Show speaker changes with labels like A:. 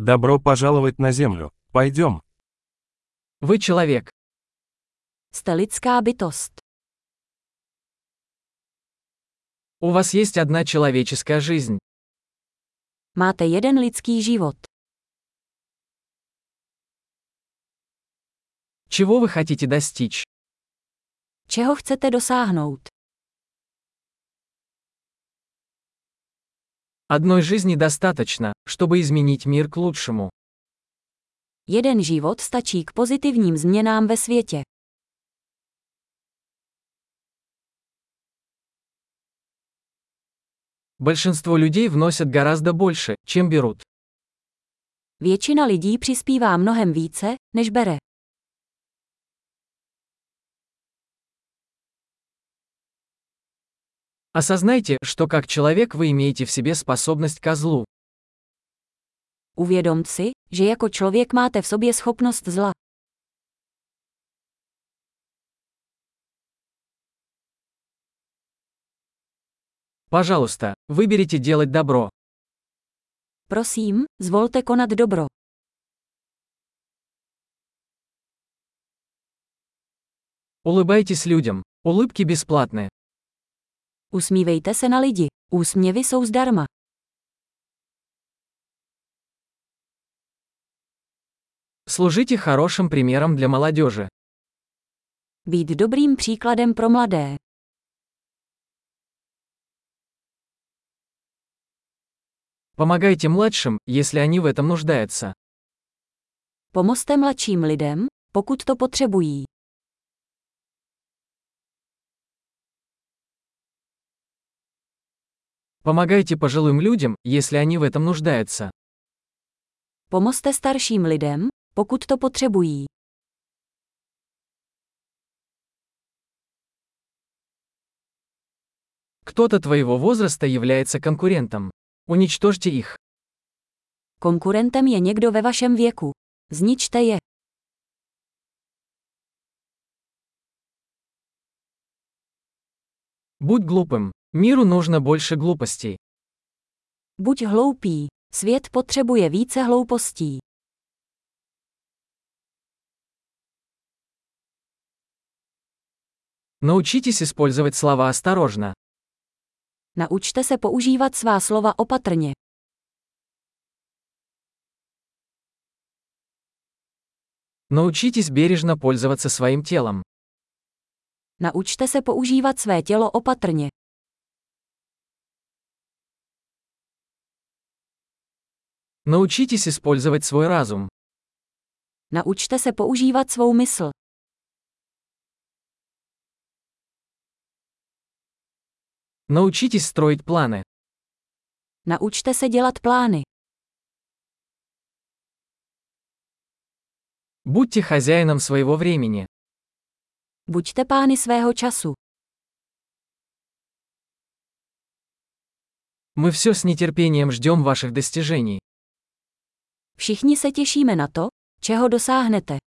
A: Добро пожаловать на Землю. Пойдем.
B: Вы человек.
C: Jste lidská bytost.
B: У вас есть одна человеческая жизнь.
C: Máte jeden lidský život.
B: Чего вы хотите достичь?
C: Čeho chcete dosáhnout?
B: Одной жизни достаточно, чтобы изменить мир к лучшему.
C: Jeden život stačí k pozitivním změnám ve světě.
B: Большинство людей вносят гораздо больше, чем берут.
C: Většina lidí přispívá mnohem více, než bere.
B: Осознайте, что как человек вы имеете в себе способность ко злу.
C: Uvědomt si, že jako člověk máte v sobě schopnost zla.
B: Пожалуйста, выберите делать добро.
C: Prosím, zvolte konat dobro.
B: Улыбайтесь людям. Улыбки бесплатны.
C: Usmívejte se na lidi. Úsměvy jsou zdarma.
B: Служите хорошим примером для молодежи.
C: Být dobrým příkladem pro mladé.
B: Помогайте младшим, если они в этом нуждаются.
C: Pomozte mladším lidem, pokud to potřebují.
B: Помогайте пожилым людям, если они в этом нуждаются.
C: Pomozte starším lidem, pokud to potřebují.
B: Кто-то твоего возраста является конкурентом. Уничтожьте их.
C: Konkurentem je někdo ve vašem věku. Zničte je.
B: Будь глупым. Миру нужно больше глупостей.
C: Buď hloupý. Svět potřebuje více hloupostí.
B: Научитесь использовать слова осторожно.
C: Naučte se používat svá slova opatrně.
B: Научитесь бережно пользоваться своим телом.
C: Naučte se používat své tělo opatrně.
B: Научитесь использовать свой разум.
C: Naučte se používat svou mysl.
B: Научитесь строить планы.
C: Naučte se dělat plány.
B: Будьте хозяином своего времени.
C: Buďte pány svého času.
B: Мы все с нетерпением ждем ваших достижений.
C: Všichni se těšíme na to, čeho dosáhnete.